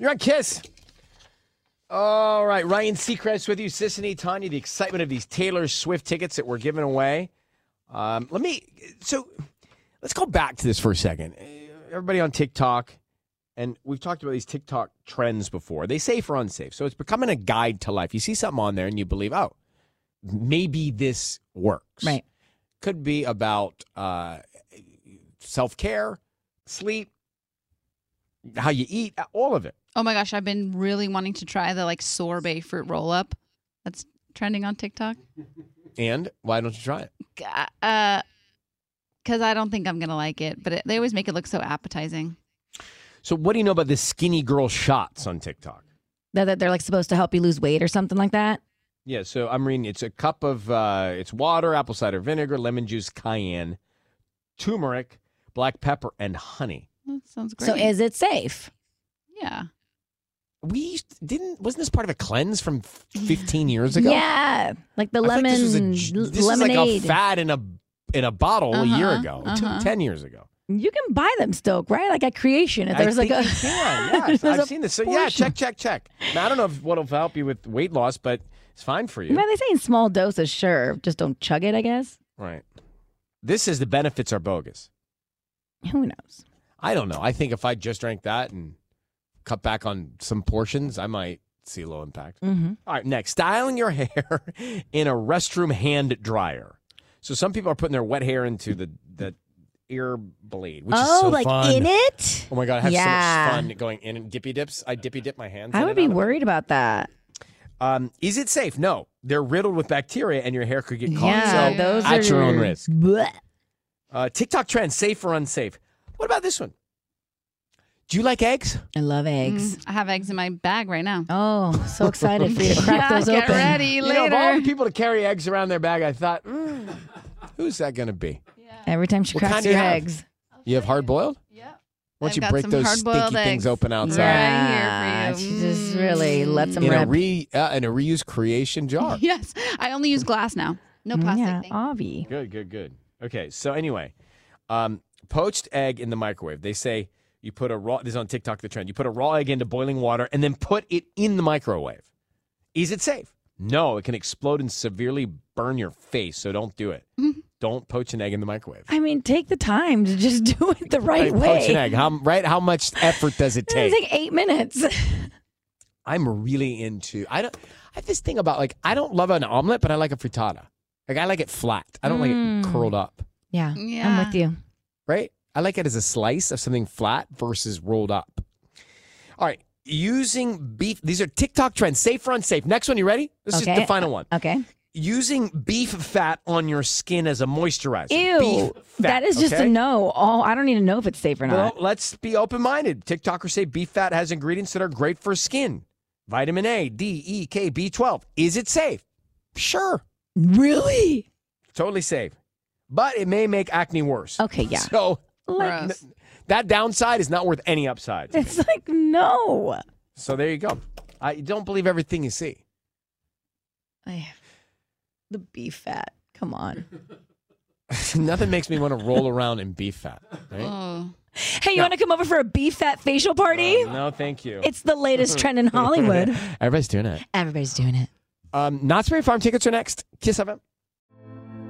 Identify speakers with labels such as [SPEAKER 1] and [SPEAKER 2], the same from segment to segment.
[SPEAKER 1] You're on Kiss. All right, Ryan Seacrest with you, Sissany, Tanya. The excitement of these Taylor Swift tickets that we're giving away. Um, let me so let's go back to this for a second. Everybody on TikTok, and we've talked about these TikTok trends before. They safe or unsafe, so it's becoming a guide to life. You see something on there, and you believe, oh, maybe this works.
[SPEAKER 2] Right?
[SPEAKER 1] Could be about uh, self care, sleep, how you eat, all of it.
[SPEAKER 3] Oh my gosh, I've been really wanting to try the like sorbet fruit roll up that's trending on TikTok.
[SPEAKER 1] And why don't you try it?
[SPEAKER 3] Uh, because I don't think I'm gonna like it, but it, they always make it look so appetizing.
[SPEAKER 1] So, what do you know about the skinny girl shots on TikTok?
[SPEAKER 4] That, that they're like supposed to help you lose weight or something like that.
[SPEAKER 1] Yeah, so I'm reading. It's a cup of uh, it's water, apple cider vinegar, lemon juice, cayenne, turmeric, black pepper, and honey.
[SPEAKER 3] That sounds great.
[SPEAKER 4] So, is it safe?
[SPEAKER 3] Yeah
[SPEAKER 1] we didn't wasn't this part of a cleanse from 15 years ago
[SPEAKER 4] yeah like the lemon this was a,
[SPEAKER 1] this
[SPEAKER 4] lemonade.
[SPEAKER 1] Like a fad in a in a bottle uh-huh, a year ago uh-huh. two, 10 years ago
[SPEAKER 4] you can buy them still right like at creation if there's
[SPEAKER 1] I
[SPEAKER 4] like a
[SPEAKER 1] yeah, yeah. i've seen this so yeah check check check now, i don't know if what'll help you with weight loss but it's fine for you
[SPEAKER 4] man they say in small doses sure just don't chug it i guess
[SPEAKER 1] right this is the benefits are bogus
[SPEAKER 4] who knows
[SPEAKER 1] i don't know i think if i just drank that and cut back on some portions, I might see low impact.
[SPEAKER 4] Mm-hmm.
[SPEAKER 1] All right, next, styling your hair in a restroom hand dryer. So some people are putting their wet hair into the the ear blade, which
[SPEAKER 4] oh,
[SPEAKER 1] is so
[SPEAKER 4] like
[SPEAKER 1] fun.
[SPEAKER 4] in it.
[SPEAKER 1] Oh my god, I have
[SPEAKER 4] yeah.
[SPEAKER 1] so much fun going in and dippy dips. I dippy dip my hands.
[SPEAKER 4] I would be worried about that.
[SPEAKER 1] Um, is it safe? No, they're riddled with bacteria, and your hair could get caught.
[SPEAKER 4] Yeah,
[SPEAKER 1] so
[SPEAKER 4] those
[SPEAKER 1] at
[SPEAKER 4] are...
[SPEAKER 1] your own risk.
[SPEAKER 4] Blech.
[SPEAKER 1] Uh, TikTok trend: safe or unsafe? What about this one? Do you like eggs?
[SPEAKER 4] I love eggs.
[SPEAKER 3] Mm, I have eggs in my bag right now.
[SPEAKER 4] Oh, so excited for you to crack
[SPEAKER 3] yeah,
[SPEAKER 4] those
[SPEAKER 3] get
[SPEAKER 4] open.
[SPEAKER 3] ready
[SPEAKER 1] you
[SPEAKER 3] later.
[SPEAKER 1] Know, of all the people to carry eggs around their bag, I thought, mm, who's that going to be?
[SPEAKER 3] Yeah.
[SPEAKER 4] Every time she
[SPEAKER 1] What
[SPEAKER 4] cracks
[SPEAKER 1] kind do you
[SPEAKER 4] your
[SPEAKER 1] have?
[SPEAKER 4] eggs.
[SPEAKER 1] You have hard boiled?
[SPEAKER 3] Yeah.
[SPEAKER 1] Why
[SPEAKER 3] I've
[SPEAKER 1] don't you
[SPEAKER 3] got
[SPEAKER 1] break
[SPEAKER 3] some
[SPEAKER 1] those stinky
[SPEAKER 3] hard-boiled
[SPEAKER 1] things
[SPEAKER 3] eggs.
[SPEAKER 1] open outside?
[SPEAKER 3] Right here for you.
[SPEAKER 4] Ah, She just really lets them
[SPEAKER 1] In a
[SPEAKER 4] rip.
[SPEAKER 1] Mm. re uh, in a reused creation jar.
[SPEAKER 3] Yes. I only use glass now. No
[SPEAKER 4] Mm,
[SPEAKER 3] plastic
[SPEAKER 4] yeah,
[SPEAKER 3] thing.
[SPEAKER 4] Avi.
[SPEAKER 1] Good, good, good. Okay, so anyway, um, poached egg in the microwave. They say you put a raw. This is on TikTok. The trend. You put a raw egg into boiling water and then put it in the microwave. Is it safe? No, it can explode and severely burn your face. So don't do it.
[SPEAKER 4] Mm-hmm.
[SPEAKER 1] don't poach an egg in the microwave.
[SPEAKER 4] I mean, take the time to just do it the right
[SPEAKER 1] Like,
[SPEAKER 4] way.
[SPEAKER 1] Poach an egg. How right? How much effort does it take?
[SPEAKER 4] It's like eight minutes.
[SPEAKER 1] I'm really into. I don't. I have this thing about like I don't love an omelet, but I like a frittata. Like I like it flat. I don't like it
[SPEAKER 4] Mm.
[SPEAKER 1] curled up.
[SPEAKER 4] Yeah,
[SPEAKER 3] Yeah.
[SPEAKER 4] I'm with you.
[SPEAKER 1] Right? I like it as a slice of something flat versus rolled up. All right. Using beef. These are TikTok trends. Safe or unsafe. Next one. You ready? This is
[SPEAKER 4] Okay.
[SPEAKER 1] the final one.
[SPEAKER 4] Okay.
[SPEAKER 1] Using beef fat on your skin as a moisturizer.
[SPEAKER 4] Ew.
[SPEAKER 1] Beef fat,
[SPEAKER 4] That is just
[SPEAKER 1] okay?
[SPEAKER 4] a no. Oh, I don't even know if it's safe or
[SPEAKER 1] Well,
[SPEAKER 4] not.
[SPEAKER 1] let's be open minded. TikTokers say beef fat has ingredients that are great for skin vitamin A, D, E, K, B12. Is it safe? Sure.
[SPEAKER 4] Really?
[SPEAKER 1] Totally safe. But it may make acne worse.
[SPEAKER 4] Okay, yeah.
[SPEAKER 1] So
[SPEAKER 4] Like,
[SPEAKER 3] Gross.
[SPEAKER 1] that downside is not worth any upside. to me.
[SPEAKER 4] it's like no.
[SPEAKER 1] So there you go. I don't believe everything you see.
[SPEAKER 4] I- The beef fat. Come on.
[SPEAKER 1] Nothing makes me want to roll around in beef fat. Right?
[SPEAKER 3] Oh.
[SPEAKER 4] Hey, you want to come over for a beef fat facial party?
[SPEAKER 1] No, thank you.
[SPEAKER 4] It's the latest trend in Hollywood.
[SPEAKER 1] Everybody's doing it.
[SPEAKER 4] Everybody's doing it.
[SPEAKER 1] Um, Knott's Berry Farm tickets are next. Kiss FM.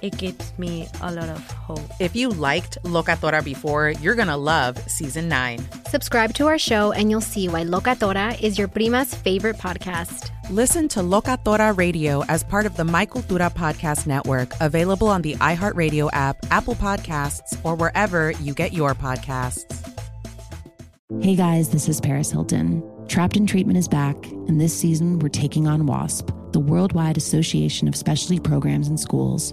[SPEAKER 5] it gives me a lot of hope.
[SPEAKER 2] If you liked Locatora before, you're gonna love Season 9.
[SPEAKER 6] Subscribe to our show, and you'll see why Locatora is your prima's favorite podcast.
[SPEAKER 2] Listen to Locatora Radio as part of the My Cultura Podcast Network, available on the iHeartRadio app, Apple Podcasts, or wherever you get your podcasts.
[SPEAKER 7] Hey guys, this is Paris Hilton. Trapped in Treatment is back, and this season we're taking on WASP, the Worldwide Association of Specialty Programs and Schools.